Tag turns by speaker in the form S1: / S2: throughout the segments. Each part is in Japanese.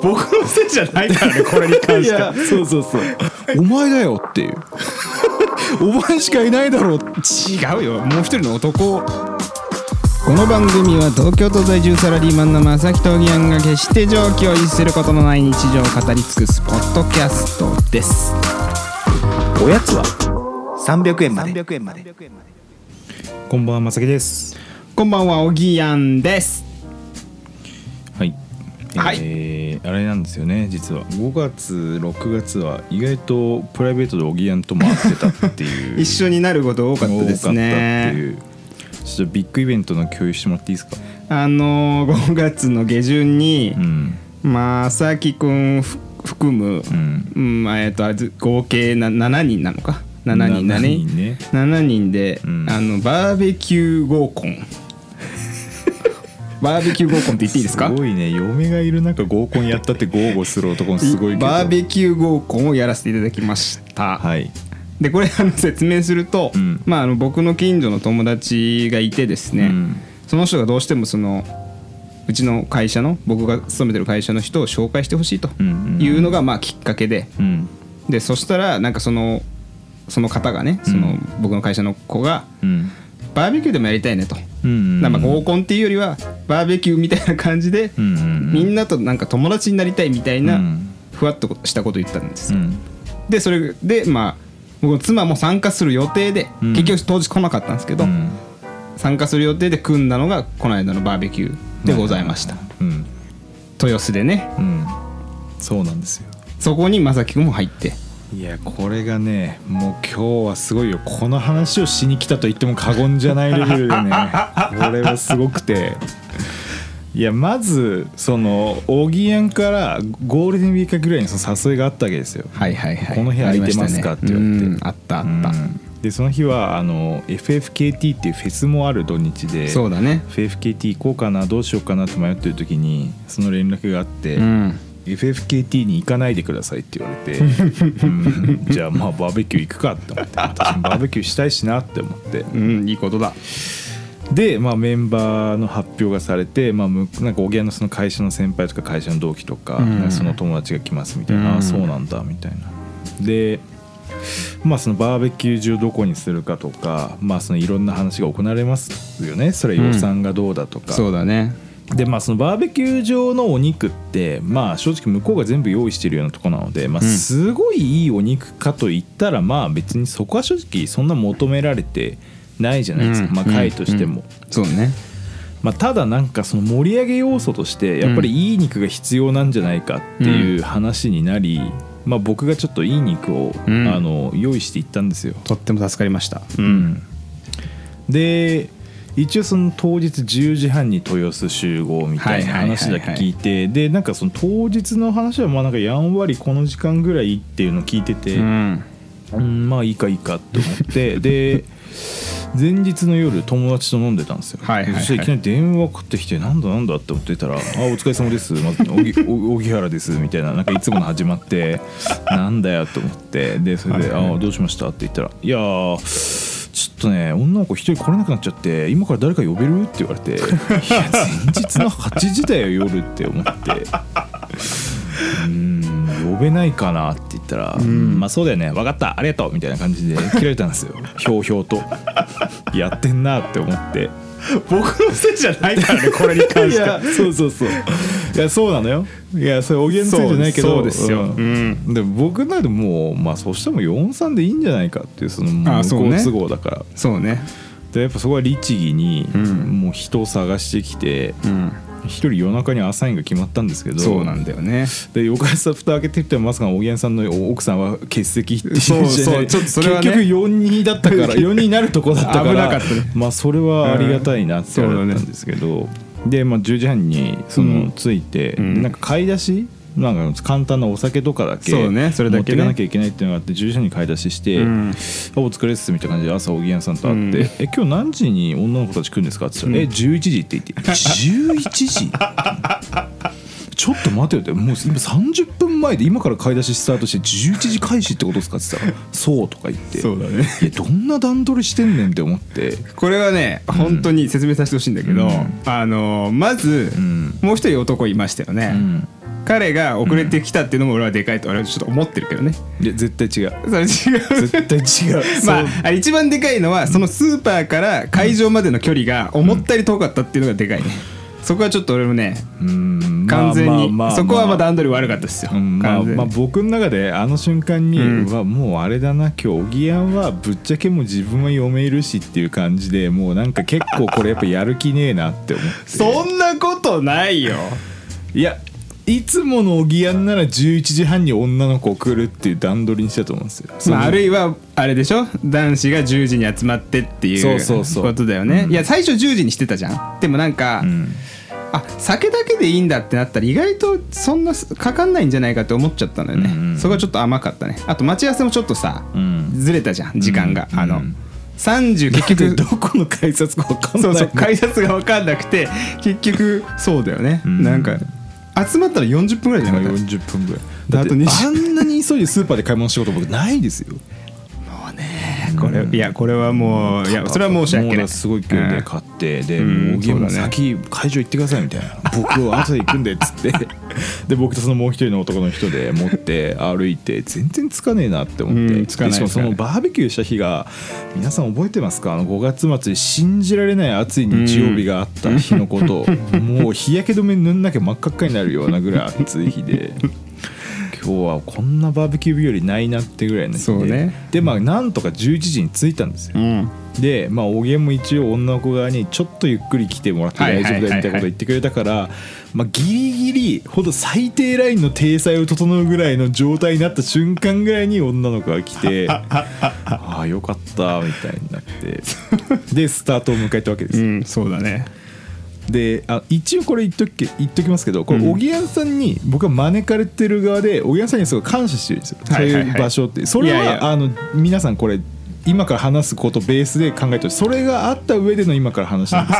S1: 僕のせいじゃないからねこれに関しては
S2: そうそうそう
S1: お前だよっていうお前しかいないだろう違うよもう一人の男
S2: この番組は東京都在住サラリーマンの正木とぎやんが決して常軌を逸することのない日常を語り尽くすポッドキャストです
S3: おやつは300円まで300円まで
S1: こんばんはまさきです
S2: こんばんはおぎやんです
S4: はい。
S2: はい
S4: えーあれなんですよね実は5月6月は意外とプライベートでおぎやんとも会ってたってい う
S2: 一緒になること多かったです
S4: 多かったって
S2: ね
S4: いうちょっとビッグイベントの共有してもらっていいですか
S2: あのー、5月の下旬に
S4: うん
S2: まさきくんふ含む、
S4: う
S2: うん
S4: ん
S2: まあえっとあれず合計な7人なのか7人だね
S4: 7人ね
S2: 7人で、
S4: うん
S2: あのバーベキュー合コ ンバーベキュー合コンって言っていいですか
S4: すごいね嫁がいる中合コンやったって豪語する男もすごいけど
S2: バーベキュー合コンをやらせていただきました、
S4: はい
S2: でこれあの説明すると、
S4: うん
S2: まあ、あの僕の近所の友達がいてですね、
S4: うん
S2: その人がどうしてもそのうちの会社の僕が勤めてる会社の人を紹介してほしいと
S4: うんうんうん
S2: いうのがまあきっかけで、
S4: うん
S2: でそしたらなんかそのその方がねその僕の会社の子が、
S4: うん
S2: バーベキューでもやりたいねと、
S4: うんうん
S2: なんかまあ合コンっていうよりはバーベキューみたいな感じで、
S4: うんうん
S2: みんなとなんか友達になりたいみたいうなんふわっとしたこと言ったんです
S4: う
S2: よ、
S4: ん
S2: でそれでまあ僕の妻も参加する予定で、
S4: うん
S2: 結局当日来なかったんですけど、
S4: うん
S2: 参加する予定で組んだのがこの間のバーベキューでございました、
S4: うん
S2: 豊洲でね
S4: うんそうなんですよ
S2: そこに正樹君も入って
S4: いやこれがねもう今日はすごいよこの話をしに来たと言っても過言じゃないレベルで ねこれはすごくていやまずそのオギやんからゴールデンウィークぐらいにその誘いがあったわけですよ
S2: はいはいはい
S4: この部屋空いてますか
S2: あ
S4: っ
S2: り
S4: て
S2: ましたね
S4: 言われて
S2: うんあったあった、
S4: うんでその日はあの FFKT っていうフェスもある土日で
S2: そうだね
S4: FFKT 行こうかなどうしようかなって迷ってる時にその連絡があって、
S2: うん、
S4: FFKT に行かないでくださいって言われて、うんじゃあまあバーベキュー行くかって思って私もバーベキューしたいしなって思って
S2: うん、いいことだ
S4: で、まあ、メンバーの発表がされて、まあ、むなんかおぎやのその会社の先輩とか会社の同期とか,、
S2: うん
S4: その友達が来ますみたい
S2: う
S4: な、
S2: ん
S4: ああそうなんだみたいなでまあそのバーベキュー中どこにするかとか、まあ、そのいろんな話が行われますよねそれは予算がどうだとか、
S2: そうだね
S4: でまあそのバーベキュー場のお肉ってまあ正直向こうが全部用意してるようなとこなので、まあ、
S2: うん
S4: すごいいいお肉かといったらまあ別にそこは正直そんな求められてないじゃないですか、
S2: うん
S4: まあ回としても、
S2: そうね
S4: まあ、ただなんかその盛り上げ要素としてやっぱりいい肉が必要なんじゃないかっていう話になり、まあ、僕がちょっといい肉を、
S2: うん
S4: あの用意していったんですよ。
S2: とっても助かりました
S4: うん、で一応その当日10時半に豊洲集合みたいな
S2: はいはいはいはい
S4: 話だけ聞いてでなんかその当日の話はまあなんかやんわりこの時間ぐらいっていうのを聞いてて、
S2: うん
S4: うんまあいいかいいかって思ってで前日の夜友達と飲んでたんですよ、
S2: はいはいはい
S4: そしたらいきなり電話かかってきて「なんだなんだ?」って思ってたら「あお疲れ様です」まず「 荻原です」みたいななんかいつもの始まって「なんだよ」と思ってでそれで「ああどうしました?」って言ったら「いやーちょっとね女の子一人来れなくなっちゃって今から誰か呼べる?」って言われて「いや前日の8時だよ夜」って思って。うーん呼べないかなって言ったら「まあそうだよね分かったありがとう」みたいな感じで切られたんですよひょうひょうとやってんなって思って
S1: 僕のせいじゃないから ねこれに関しては
S4: そうそうそういやそうなのよいやそれおげんのせいじゃないけど
S2: そうですよ
S4: う
S2: うんん
S4: で僕なんでもうまあそしても43でいいんじゃないかっていうそのも
S2: あ
S4: う
S2: そうね
S4: 向こう都合だから、
S2: そうね
S4: でやっぱそこは律儀に
S2: うん
S4: もう人を探してきて
S2: うん
S4: 一人夜中にアサインが決まったんですけど
S2: そうなんだよね
S4: で翌朝蓋開けてみたらまさかおぎやんさんの奥さんは欠席っていう
S2: そう
S4: じゃない
S2: そうちょっとそれはね
S4: 結局4人だったから4人に なるとこだったから
S2: 危なかったね
S4: まあそれはありがたいなって
S2: うん
S4: 思ったんですけど、で、まあ、10時半にそうの
S2: ん
S4: 着いて、
S2: ん
S4: なんか買い出しなんか簡単なお酒とかだけ
S2: そうねそれだけね
S4: 持っていかなきゃいけないっていうのがあって10時半に買い出しして、
S2: うん
S4: あお疲れっすみたいな感じで朝おぎやんさんと会って、
S2: うん
S4: え今日何時に女の子たち来るんですかって言ったら、え11時って言って 11時ちょっと待てよってもう今30分前で今から買い出しスタートして11時開始ってことですかって言ったら「そう」とか言って
S2: そうだね
S4: いやどんな段取りしてんねんって思って
S2: これはね本当に説明させてほしいんだけど、
S4: うん
S2: あのまず、
S4: ん
S2: もう一人男いましたよね、彼が遅れてきたっていうのも俺はでかいと俺はちょっと思ってるけどね
S4: いや絶対違う
S2: それ違う
S4: 絶対違う
S2: まあ
S4: そう
S2: あれ一番でかいのはそのスーパーから会場までの距離が思ったより遠かったっていうのがでかいね、そこはちょっと俺もね
S4: うんまあ
S2: 完全に、
S4: まあまあまあ
S2: そこはまだ段取り悪かったですよ、
S4: うんまあ、
S2: 完全に
S4: まあ僕の中であの瞬間に、
S2: うん
S4: うわもうあれだな今日おぎやんはぶっちゃけもう自分は嫁いるしっていう感じでもうなんか結構これやっぱやる気ねえなって思って
S2: そんなことないよ
S4: いやいつものおぎやんなら11時半に女の子送るっていう段取りにしたと思うんですよ、
S2: まあ、あ
S4: れ
S2: るいはあれでしょ男子が10時に集まってっていう
S4: そうそうそう
S2: ことだよね、いや最初10時にしてたじゃんでもなんか、
S4: うん
S2: あ酒だけでいいんだってなったら意外とそんなかかんないんじゃないかって思っちゃったのよね、
S4: うんうん
S2: そこはちょっと甘かったねあと待ち合わせもちょっとさ、
S4: うん
S2: ずれたじゃん時間が、
S4: うん
S2: あ
S4: う
S2: の
S4: ん
S2: 30結局
S4: どこの改札か分かんな
S2: そ
S4: いう
S2: そう改札が分かんなくて結局そうだよね、
S4: ん
S2: なんか集まったら40分ぐらいじゃなかった
S4: 40分ぐら
S2: で
S4: いだ
S2: あ
S4: って
S2: と20
S4: あんなに急いでスーパーで買い物したこと僕ないですよ
S2: これいやこれはもういやそれは申し訳な
S4: も
S2: いう
S4: すごい勢いで
S2: うん
S4: 買って、で、
S2: うん
S4: もうゲーム
S2: そうだね
S4: 先会場行ってくださいみたいな僕は後で行くんでっつって で僕とそのもう一人の男の人で持って歩いて全然つかねえなって思って、
S2: うんつかない
S4: でしかもその
S2: つか
S4: バーベキューした日が皆さん覚えてますかあの5月末に信じられない暑い日曜日があった日のこと を、もう日焼け止め塗んなきゃ真っ赤っかになるようなぐらい暑い日で。今日はこんなバーベキュー日和ないなってぐらいの日で
S2: そうね
S4: でまあなんとか11時に着いたんですよ、
S2: うん
S4: で、まあ、おげんも一応女の子側にちょっとゆっくり来てもらって
S2: はいは
S4: 大
S2: い
S4: 丈
S2: はいはい
S4: 夫だよみたいなこと言ってくれたから、まあ、ギリギリほど最低ラインの体裁を整うぐらいの状態になった瞬間ぐらいに女の子が来 てああよかったみたいになってでスタートを迎えたわけです
S2: う
S4: よ、
S2: んそうだね
S4: であ一応これ言っとくけ言っときますけどこれおぎやんさんに僕は招かれてる側でおぎやんさんにすごい感謝してるんですよ、
S2: はいはいはい
S4: そういう場所ってそれはい
S2: やいや
S4: あの皆さんこれ今から話すことベースで考えてるそれがあった上での今から話なんです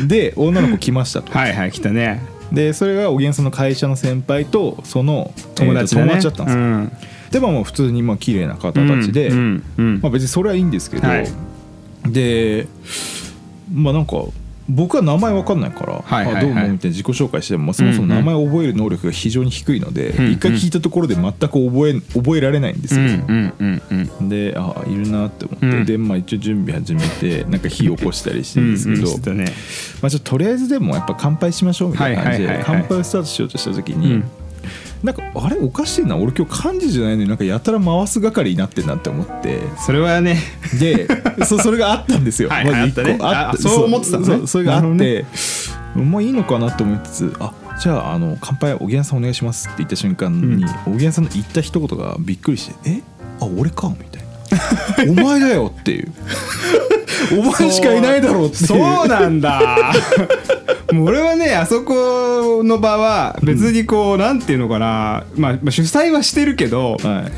S4: け どで女の子来ましたと
S2: はいはい来たね
S4: でそれがおぎやんさんの会社の先輩とその
S2: 友達だ
S4: え
S2: ね、
S4: ーと友達だったんですよ、でまあもう普通にまあ綺麗な方たちで、
S2: うんうんうん
S4: まあ、別にそれはいいんですけど、
S2: はい
S4: でまあなんか僕は名前わかんないから「
S2: はいはいはい
S4: あどうも」みたいな自己紹介しても、まあ、そもそも名前を覚える能力が非常に低いので、
S2: んうん
S4: 一回聞いたところで全く覚え覚えられないんです
S2: うん
S4: よ、
S2: うんうんうん
S4: であいるなって思って、
S2: うん
S4: でまあ一応準備始めてなんか火起こしたりしてるんですけど、
S2: してたね
S4: まあ、ちょっととりあえずでもやっぱ乾杯しましょうみたいな感じで、
S2: はいはいはいはい
S4: 乾杯をスタートしようとした時
S2: う
S4: に、
S2: ん
S4: なんかあれおかしいな俺今日漢字じゃないのになんかやたら回す係になってんなって思って
S2: それはね
S4: でそそれがあったんですよ
S2: はいはい
S4: まず
S2: あ
S4: 一個
S2: ったね
S4: あっ
S2: あそう思ってたのね
S4: そうそれがあっ
S2: な
S4: てもういいのかなと思いつつあじゃああの乾杯おぎやんさんお願いしますって言った瞬間に、おぎやんさんの言った一言がびっくりして「えあ俺か」みたいな。お 前だよっていうお前しかいないだろうっていう
S2: そうなんだもう俺はねあそこの場は別にこう、なんていうのかな、まあ、まあ主催はしてるけど、
S4: はい、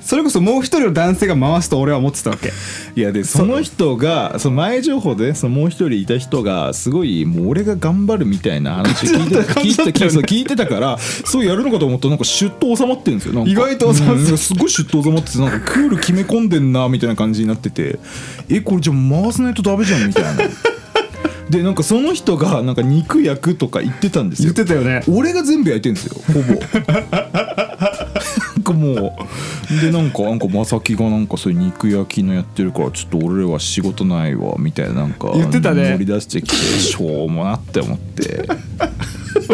S2: それこそもう一人の男性が回すと俺は思ってたわけ
S4: いやでその人がその前情報でそのもう一人いた人がすごいもう俺が頑張るみたいな話を聞いてた聞いてた聞いてた聞いてたからそうやるのかと思ったらなんかシュッと収まってるんですよなんか
S2: 意外と収まってる
S4: うんすごいシュッと収まっててなんかクール決め込んでんなみたいな感じになっててえこれじゃあ回さないとダメじゃんみたいなでなんかその人がなんか肉焼くとか言ってたんですよ
S2: 言ってたよね
S4: 俺が全部焼いてんですよ ほぼなんかもうでなんかなんかまさきがなんかそういう肉焼きのやってるからちょっと俺らは仕事ないわみたいななんか
S2: 言ってたね
S4: 乗り出してきてしょうもなって思って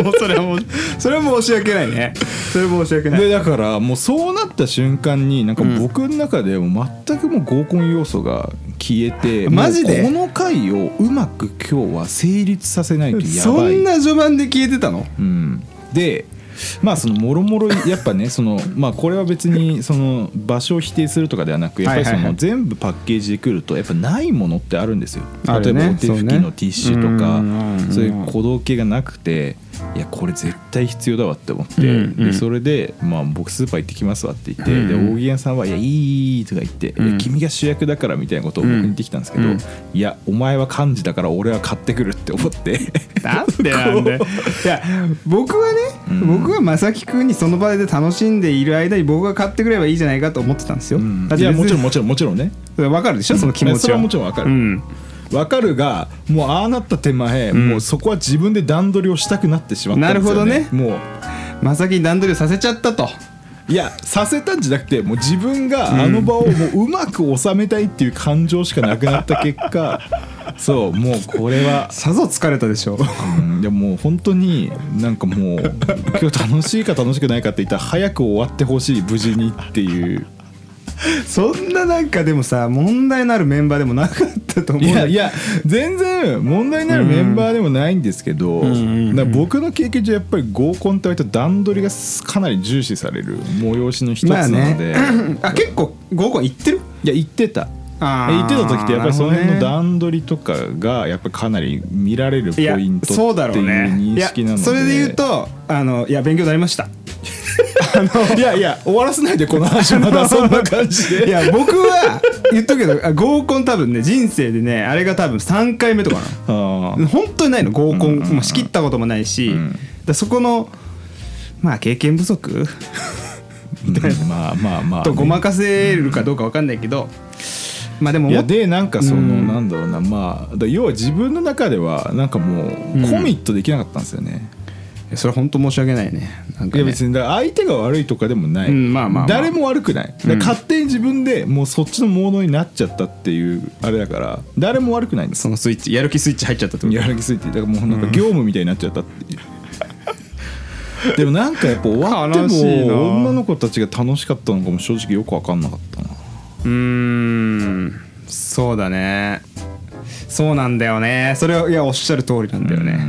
S2: もうそれはもうそれは申し訳ないねそれは申し訳ない
S4: でだからもうそうなった瞬間になんか
S2: うん
S4: 僕の中でもう全くもう合コン要素が消えて
S2: マジで
S4: もうこの回をうまく今日は成立させないとやばい
S2: そんな序盤で消えてたの
S4: うん、でまあそのもろもろやっぱねそのまあこれは別にその場所を否定するとかではなくやっぱりそ
S2: はいはいは
S4: の
S2: い
S4: 全部パッケージで来るとやっぱないものってあるんですよ。
S2: あ
S4: 例え
S2: るね
S4: ばお手拭きのティッシュとか
S2: そうねうん
S4: そういう小道系がなくていやこれ絶対必要だわって思って、
S2: うんうん
S4: でそれで、まあ「僕スーパー行ってきますわ」って言って、
S2: うんうん
S4: で大木屋さんは「いやいい」とか言って、
S2: うん
S4: いや君が主役だから」みたいなことを僕に言ってきたんですけど
S2: う
S4: 「
S2: んうん
S4: いやお前は漢字だから俺は買ってくる」って思って。
S2: なんでなん でいや僕はね、
S4: うん
S2: 僕は正木君にその場で楽しんでいる間に僕が買ってくればいいじゃないかと思ってたんですよ、
S4: うん
S2: だっ
S4: い
S2: て
S4: や
S2: 別に
S4: もちろんもちろんもちろんね
S2: わかるでしょその気持ちは、
S4: それはもちろんわかる
S2: うん
S4: 分かるがもうああなった手前、もうそこは自分で段取りをしたくなってしまったんです
S2: なるほ
S4: よ、ね、どねもう
S2: まさきに段取りをさせちゃったと
S4: いやさせたんじゃなくてもう自分があの場をもううまく収めたいっていう感情しかなくなった結 果そうもうこれは、
S2: さぞ疲れたで しょう
S4: うんいやもう本当になんかもう今日楽しいか楽しくないかって言ったら早く終わってほしい無事にっていう
S2: そんななんかでもさ問題のあるメンバーでもなかったと思う
S4: い
S2: んだ
S4: やいや全然問題になるメンバーでもないんですけど、なんか僕の経験上やっぱり合コンって割と段取りがかなり重視される催しの一つ
S2: ま
S4: な
S2: あ
S4: の
S2: ね
S4: で、
S2: あ結構合コン行ってる
S4: いや言ってた
S2: あー
S4: 言ってた時ってやっぱりその辺
S2: な
S4: の
S2: るほどね
S4: 段取りとかがやっぱりかなり見られるポ
S2: いや
S4: イント
S2: そうだ
S4: って
S2: ろう
S4: いう
S2: ね
S4: 認識なので
S2: いやそれで言うとあのいや勉強になりました
S4: いやいや終わらせないでこの話まだそんな感じ で
S2: いや僕は言っとくけどあ合コン多分ね人生でねあれが多分3回目とかなの
S4: あー
S2: 本当にないの合コン、もう仕切ったこともないし、だからそこのまあ経験不足
S4: うんまあまあまあね、
S2: とごまかせるかどうか分かんないけど、まあでも
S4: い
S2: 思
S4: や
S2: っ
S4: でなんかその、
S2: うん
S4: なんだろうなまあだ要は自分の中ではなんかもうコミットできなかったんですよね、
S2: それ本当申し訳ないねなんか
S4: いや
S2: ね
S4: 別にだから相手が悪いとかでもない、
S2: うんまあまあまあ
S4: 誰も悪くないだから勝手に自分でもうそっちのモードになっちゃったっていうあれだから誰も悪くないんです
S2: そのスイッチやる気スイッチ入っちゃったってこと
S4: やる気スイッチだからもうなんか業務みたいになっちゃったっていう、でもなんかやっぱ終わって
S2: 悲しいな
S4: も女の子たちが楽しかったのかも正直よく分かんなかったな
S2: うーんそうだねそうなんだよねそれはいやおっしゃる通りなんだよね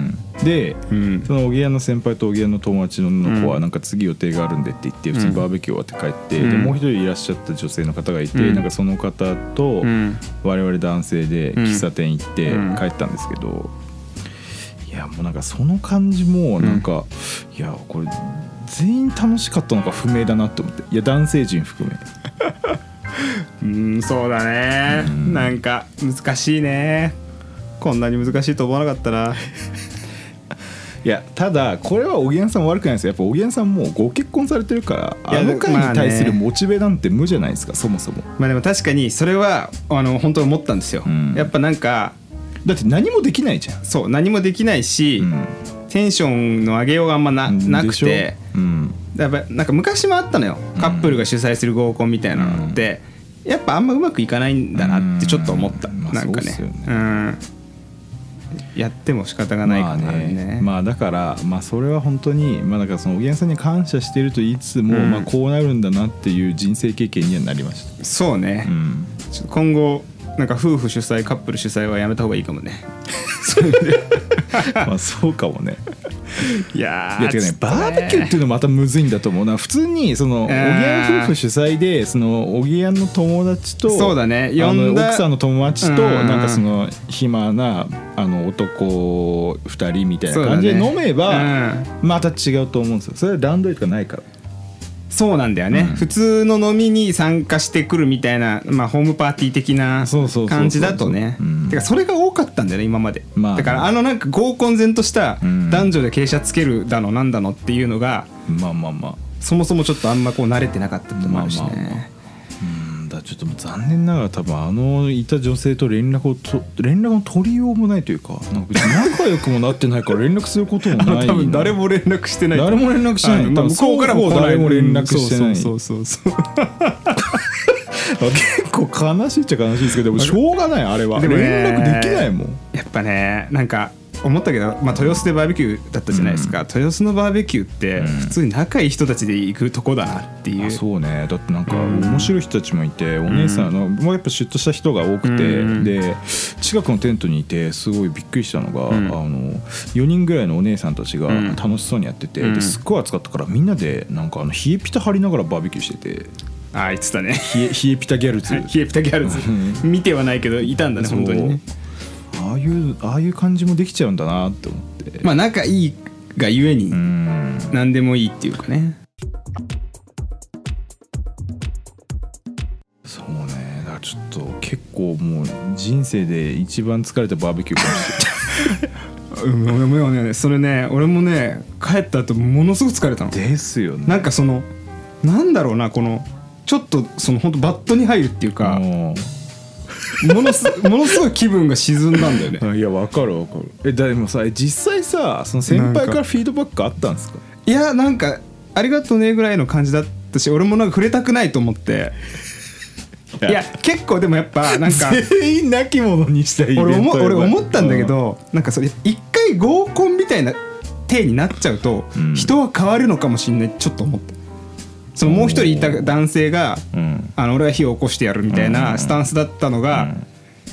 S4: で、
S2: ん
S4: そのおぎやの先輩とおぎやの友達の女の子はなんか次予定があるんでって言って普通にバーベキュー終わって帰って、でもう一人いらっしゃった女性の方がいて、
S2: うん
S4: なんかその方と
S2: ん
S4: 我々男性で喫茶店行って
S2: うん
S4: 帰ったんですけど、いやもうなんかその感じもなんか、いやこれ全員楽しかったのか不明だなって思っていや男性陣含め
S2: うーんそうだねなんか難しいねこんなに難しいと思わなかった ない
S4: やただこれはおぎやんさん悪くないですよやっぱおぎやんさんもうご結婚されてるから
S2: いや
S4: あの会
S2: まあね
S4: に対するモチベなんて無じゃないですかそもそも
S2: まあでも確かにそれはあの本当に思ったんですよ、
S4: うん
S2: やっぱなんか
S4: だって何もできないじゃん
S2: そう何もできないし、
S4: う
S2: テンションの上げようがあんまななくて、
S4: うん、
S2: やっぱなんか昔もあったのよカップルが主催する合コンみたいなのって、やっぱあんまうまくいかないんだなってちょっと思った、
S4: うんまあ
S2: なんかね,、
S4: そうっすよ
S2: うんやっても仕方がない
S4: ま
S2: か
S4: あ
S2: らね,、
S4: ねまあだからまあそれは本当にまあだからそのおげんさんに感謝してると言いつつも、
S2: うん
S4: まあこうなるんだなっていう人生経験にはなりました、
S2: そうね、
S4: うん、
S2: ちょっと今後なんか夫婦主催カップル主催はやめた方がいいかもね
S4: まあそうかもね
S2: いやー
S4: いやてかね
S2: ちょっと
S4: バーベキューっていうのもまたむずいんだと思うな普通にそのおぎやん夫婦主催でそのおぎやんの友達と
S2: そうだね
S4: あ
S2: 呼
S4: の
S2: んだ
S4: 奥さんの友達と
S2: うん
S4: なんかその暇なあの男2人みたいな感じ
S2: そ
S4: で
S2: うだね
S4: 飲めば
S2: うん
S4: また違うと思うんですよそれは段取りとかないから
S2: そうなんだよね、普通の飲みに参加してくるみたいな、まあ、ホームパーティー的な
S4: そうそうそうそう
S2: 感じだとね
S4: うん
S2: てかそれが多かったんだよね今まで、
S4: まあ
S2: だからあのなんか合コン然とした
S4: うん
S2: 男女で傾斜つけるだのなんだのっていうのが
S4: まあまあまあ
S2: そもそもちょっとあんまこう慣れてなかったってのもあるしね、
S4: まあまあまうんだからちょっともう残念ながら多分あのいた女性と連絡をと連絡の取りようもないというかなんか別に仲良くもなってないから連絡することもな い
S2: 多分誰も連絡してない
S4: 誰も連絡しない
S2: あのまあ
S4: 多分
S2: 向こうからも来ない
S4: 双方誰も連絡してない
S2: そうそうそうそう
S4: 結構悲しいっちゃ悲しいですけどでもしょうがないあれは
S2: で
S4: 連
S2: もね
S4: 絡できないもん
S2: やっぱねなんか思ったけど、まあ、豊洲でバーベキューだったじゃないですか、豊洲のバーベキューって普通に仲いい人たちで行くとこだなっていう、
S4: あそうねだってなんか面白い人たちもいてお姉さんのもうやっぱシュッとした人が多くて、
S2: うん
S4: で近くのテントにいてすごいびっくりしたのが、
S2: ん
S4: あの4人ぐらいのお姉さんたちが
S2: うん
S4: 楽しそうにやってて、
S2: うん
S4: ですっごい暑かったからみんなでなんかあの冷えピタ張りながらバーベキューしてて
S2: あいつだね
S4: 冷え冷えピタギャルズ
S2: 冷えピタギャルズ見てはないけどいたんだね
S4: そう
S2: 本当にね
S4: ああいうああいう感じもできちゃうんだなって思って
S2: まあ仲いいがゆえに
S4: うん
S2: 何でもいいっていうかね
S4: そうねだからちょっと結構もう人生で一番疲れたバーベキューかもしれない
S2: うん俺もねそれね俺もね帰った後ものすごく疲れたの
S4: ですよね。
S2: なんかそのなんだろうなこのちょっとその本当バットに入るっていうか
S4: もう
S2: ものす ものすごい気分が沈んだんだよね
S4: いやわかるわかるえでもさ実際さその先輩からフィードバックあったんですか
S2: いやなんかありがとうねぐらいの感じだったし俺もなんか触れたくないと思っていや結構でもやっぱなんか
S4: 全員亡き者にしたい
S2: 俺思俺思ったんだけど、なんかそれ一回合コンみたいな体になっちゃうと、
S4: うん
S2: 人は変わるのかもしれないってちょっと思ったそのもう一人いた男性が、
S4: うん
S2: あの俺が火を起こしてやるみたいなスタンスだったのが、
S4: うん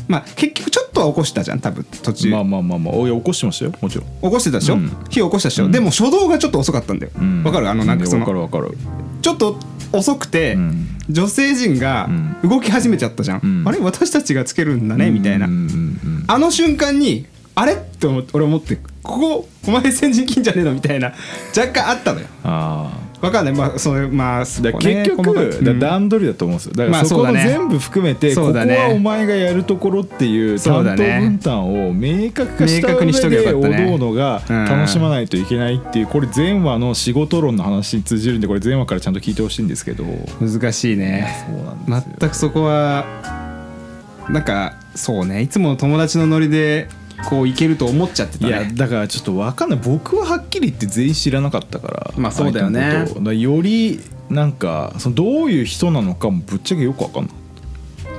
S2: まあ結局ちょっとは起こしたじゃん多分途中、
S4: まあまあまあまあおいや起こしてましたよもちろん
S2: 起こしてたでしょ、
S4: うん
S2: 火を起こしたでしょ、でも初動がちょっと遅かったんだよわ、
S4: うん
S2: かるあのなんかその
S4: わかるわかる
S2: ちょっと遅くて、
S4: ん
S2: 女性陣が動き始めちゃったじゃん、
S4: ん
S2: あれ私たちがつけるんだねみたいな、
S4: うんうんうん
S2: あの瞬間にあれって思って俺思ってここお前先人金じゃねえのみたいな若干あったのよ
S4: ああ
S2: わかんないまあそれまあそ
S4: だ
S2: こ
S4: から
S2: ね
S4: 結局、
S2: 細かく
S4: だ
S2: うん
S4: から段取りだと思うんですよだか
S2: まあ
S4: らそこ
S2: そ
S4: の
S2: うだね
S4: 全部含めて、こ
S2: そう
S4: こ
S2: だね
S4: はお前がやるところっていう
S2: そうだ
S4: 担当
S2: ね
S4: 分担を明確化した
S2: 明確
S4: 上
S2: にしとけば
S4: で
S2: よ
S4: お
S2: かったね
S4: どおのが
S2: うん
S4: 楽しまないといけないっていうこれ前話の仕事論の話に通じるんでこれ前話からちゃんと聞いてほしいんですけど
S2: 難しいね
S4: そうなんですよ、
S2: 全くそこはなんかそうねいつもの友達のノリでこういけると思っちゃってた
S4: いや
S2: ね
S4: だからちょっと分かんない僕ははっきり言って全員知らなかったから
S2: まあそうだよね
S4: 相手のことをだからよりなんかそのどういう人なのかもぶっちゃけよく分かんない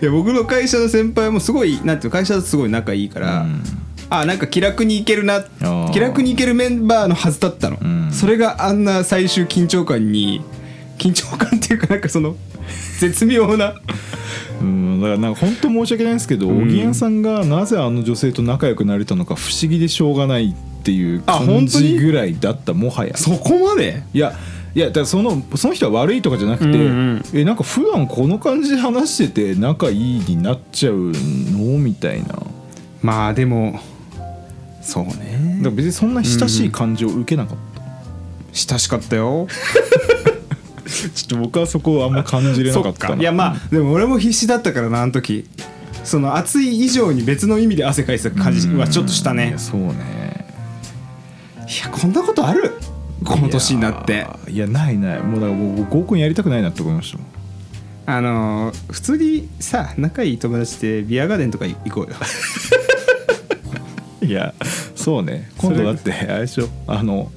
S2: いや僕の会社の先輩もすごいなんていうの会社だとすごい仲いいから、
S4: うん
S2: あなんか気楽にいけるな
S4: ー
S2: 気楽にいけるメンバーのはずだったの、
S4: ん
S2: それがあんな最終緊張感に緊張感っていうかなんかその絶妙 な
S4: うん、だからなんか本当申し訳ないんですけど、おぎやさんがなぜあの女性と仲良くなれたのか不思議でしょうがないっていう
S2: あ本
S4: 感
S2: 当に
S4: じぐらいだったもはや
S2: そこまで
S4: いやいやだからそのその人は悪いとかじゃなくて、
S2: うんうん
S4: えなんか普段この感じで話してて仲いいになっちゃうのみたいなだか
S2: まあでもそうね
S4: ら別にそんな親しい感情を受けなかった、
S2: 親しかったよ
S4: ちょっと僕はそこをあんま感じれなかった
S2: そっ
S4: な
S2: かいやまあでも俺も必死だったからなあの時その暑い以上に別の意味で汗かいてた感じはちょっとした
S4: い
S2: ね
S4: やそうね
S2: いやこんなことあるこの年になって
S4: いやいやないないもうだからもう合コンやりたくないなって思いましたもん
S2: あのー普通にさ仲いい友達でビアガーデンとか行こうよ
S4: いやそうね今度だってあれでしょあの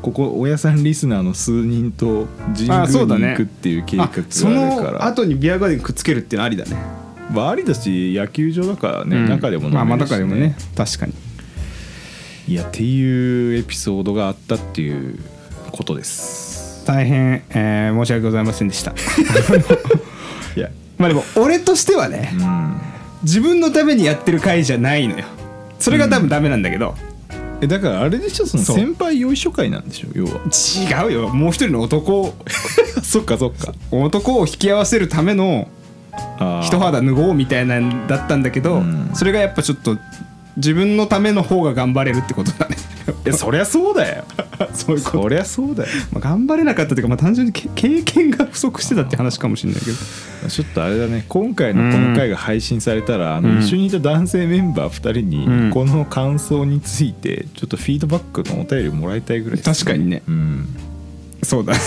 S4: ここ親さんリスナーの数人と神宮
S2: あそうだ
S4: に
S2: ね
S4: 行くっていう 計画がある
S2: その
S4: から
S2: 後にビアガーデンくっつけるっていうのありだね
S4: まあありだし野球場だからね、中でも飲めるし、
S2: まあまあ中でもね確かに
S4: いやっていうエピソードがあったっていうことです
S2: 大変、えー申し訳ございませんで した
S4: いや
S2: まあでも俺としてはね、
S4: うん
S2: 自分のためにやってる会じゃないのよそれが多分ダメなんだけど、
S4: えだからあれでしょその
S2: そう
S4: 先輩よいしょ会なんでしょ 要は
S2: 違うよもう一人の男 を
S4: そっかそっか
S2: 男を引き合わせるための
S4: あー
S2: 一肌脱ごうみたいなんだったんだけど、
S4: うん
S2: それがやっぱちょっと自分のための方が頑張れるってことだね
S4: いやそりゃそうだよ
S2: そういうこと
S4: そりゃそうだよ
S2: まあ、頑張れなかったというか、まあ、単純にけ経験が不足してたって話かもしれないけど
S4: ちょっとあれだね今回のこの回が配信されたら、あの一緒にいた男性メンバー2
S2: う
S4: 人
S2: ん
S4: にこの感想についてちょっとフィードバックのお便りもらいたいぐらいです
S2: 確かにね
S4: うん
S2: そうだね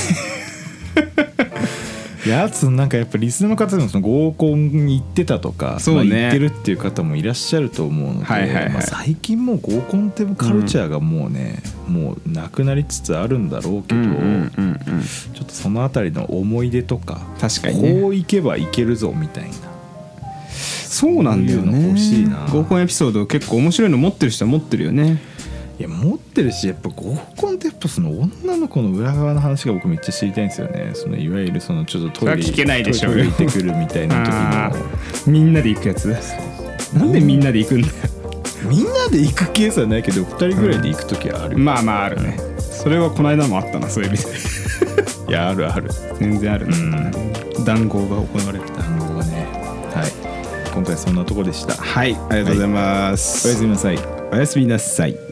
S4: やつなんかやっぱリスナーの方でもその合コンに行ってたとか
S2: そうね
S4: まあ行ってるっていう方もいらっしゃると思うので、
S2: はいはいはい
S4: まあ、最近もう合コンってカルチャーがもうね、もうなくなりつつあるんだろうけど、ちょっとそのあたりの思い出とか
S2: 確かにね
S4: こう行けば行けるぞみたいな
S2: そうなんだよ
S4: こういうの
S2: ね
S4: 欲しいな
S2: 合コンエピソード結構面白いの持ってる人は持ってるよね
S4: いや持ってるしやっぱ合コンってやっぱその女の子の裏側の話が僕めっちゃ知りたいんですよねそのいわゆるそのちょっとトイレ
S2: それは聞けないでしょ
S4: トイレ行ってくるみたいな
S2: あ
S4: 時の
S2: ーみんなで行くやつなんでみんなで行くんだよ
S4: みんなで行くケースはないけど2人ぐらいで行く時はある、
S2: まあまああるねそれはこの間もあったなそういう意味で
S4: いやあるある
S2: 全然あるね談合が行われる
S4: 談合がねはい今回そんなとこでした
S2: はいありがとうございます、
S4: おやすみなさい
S2: おやすみなさい